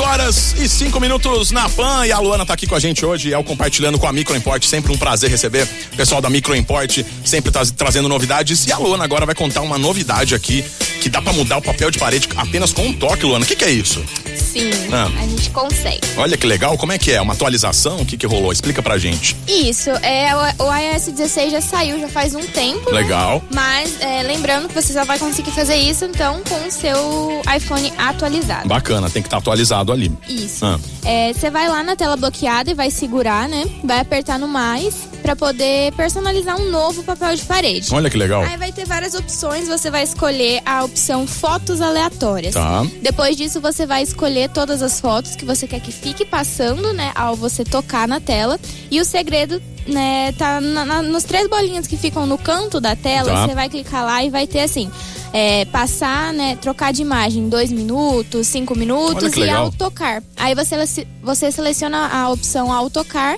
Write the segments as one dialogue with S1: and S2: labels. S1: horas e cinco minutos na PAN e a Luana tá aqui com a gente hoje, é o compartilhando com a Micro Import, sempre um prazer receber o pessoal da Micro Import, sempre tá trazendo novidades e a Luana agora vai contar uma novidade aqui que dá para mudar o papel de parede apenas com um toque, Luana. O que, que é isso?
S2: Sim,
S1: Ah.
S2: a gente consegue.
S1: Olha que legal, como é que é? Uma atualização? O que que rolou? Explica pra gente.
S2: Isso, é, o o iOS 16 já saiu já faz um tempo. né?
S1: Legal.
S2: Mas é, lembrando que você só vai conseguir fazer isso então com o seu iPhone atualizado.
S1: Bacana, tem que estar atualizado ali.
S2: Isso.
S1: Ah.
S2: É, Você vai lá na tela bloqueada e vai segurar, né? Vai apertar no mais pra poder personalizar um novo papel de parede.
S1: Olha que legal.
S2: Aí vai ter várias opções, você vai escolher a opção fotos aleatórias.
S1: Tá.
S2: Depois disso, você vai escolher todas as fotos que você quer que fique passando, né, ao você tocar na tela. E o segredo, né, tá na- na- nos três bolinhas que ficam no canto da tela.
S1: Tá.
S2: Você vai clicar lá e vai ter assim. é, passar, né, trocar de imagem dois minutos, cinco
S1: Olha
S2: minutos
S1: que
S2: e
S1: legal.
S2: autocar. Aí você, se- você seleciona a opção autocar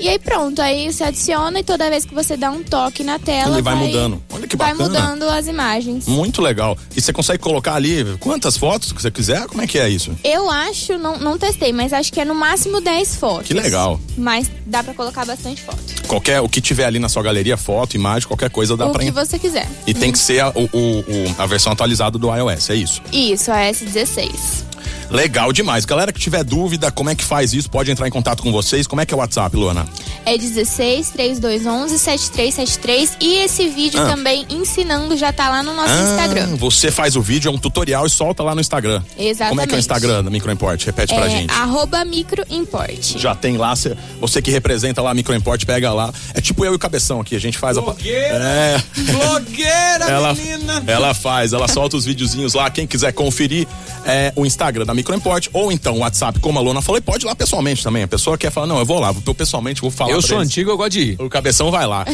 S2: e aí pronto, aí você adiciona e toda vez que você dá um toque na tela
S1: Ele vai mudando. Olha que
S2: vai
S1: bacana.
S2: mudando as imagens.
S1: Muito legal. E você consegue colocar ali quantas fotos que você quiser? Como é que é isso?
S2: Eu acho, não, não testei, mas acho que é no máximo 10 fotos.
S1: Que legal.
S2: Mas dá pra colocar bastante foto.
S1: Qualquer, o que tiver ali na sua galeria, foto, imagem, qualquer coisa dá
S2: o
S1: pra...
S2: que
S1: en-
S2: você quiser.
S1: E tem que ser a, o- o- o- a versão atualizada do iOS, é isso.
S2: Isso, a S16.
S1: Legal demais. Galera que tiver dúvida, como é que faz isso, pode entrar em contato com vocês. Como é que é o WhatsApp, Luana?
S2: É 16 3211 7373 e esse vídeo
S1: Ah.
S2: também ensinando já tá lá no nosso Instagram.
S1: Você faz o vídeo, é um tutorial e solta lá no Instagram.
S2: Exatamente.
S1: Como é que é o Instagram da Microimport? Repete pra
S2: É
S1: gente.
S2: arroba microimport.
S1: Já tem lá, cê- você que representa lá a Microimport, pega lá. É tipo eu e o Cabeção aqui, a gente faz
S3: Blogueira.
S1: a. É.
S3: Blogueira,
S1: Ela,
S3: menina!
S1: ela faz, ela solta os videozinhos lá. Quem quiser conferir é o Instagram da Microimport ou então o WhatsApp, como a Lona falou, e pode ir lá pessoalmente também. A pessoa quer falar, não, eu vou lá, eu pessoalmente vou falar.
S3: Eu
S1: pra
S3: sou
S1: eles.
S3: antigo, eu gosto de ir.
S1: O cabeção vai lá.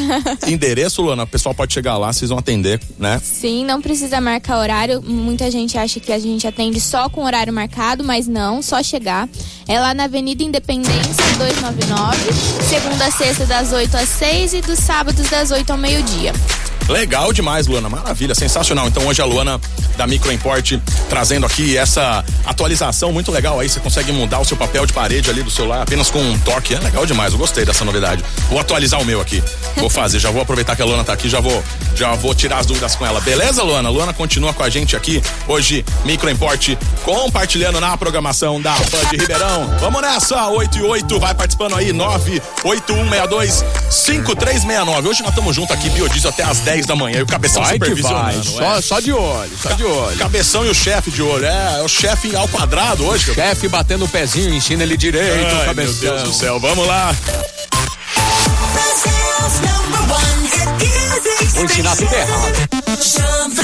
S1: Endereço, Lona, o pessoal pode chegar lá, vocês vão atender, né?
S2: Sim, não precisa marcar horário. Muita gente acha que a gente atende só com horário marcado, mas não, só chegar. É lá na Avenida Independência 299, segunda a sexta das 8 às 6 e dos sábados das 8 ao meio-dia.
S1: Legal demais, Luana. Maravilha, sensacional. Então hoje a Luana da Microimport trazendo aqui essa atualização muito legal aí. Você consegue mudar o seu papel de parede ali do celular apenas com um toque. É legal demais, eu gostei dessa novidade. Vou atualizar o meu aqui. Vou fazer, já vou aproveitar que a Luana tá aqui, já vou, já vou tirar as dúvidas com ela. Beleza, Luana? Luana continua com a gente aqui hoje, Microimport, compartilhando na programação da Pan de Ribeirão. Vamos nessa, 8 e 8, vai participando aí, 98162 5369. Hoje nós estamos juntos aqui, biodiesel até às 10 da manhã. E o cabeção
S3: Vai que vai.
S1: supervisionando.
S3: Só, só de olho, só de
S1: é.
S3: olho.
S1: Cabeção e o chefe de olho. É, é o chefe ao quadrado hoje.
S3: Chefe batendo o pezinho, ensina ele direito,
S1: Ai, meu
S3: cabeção.
S1: Deus do céu, vamos lá.
S4: Vou ensinar tudo errado.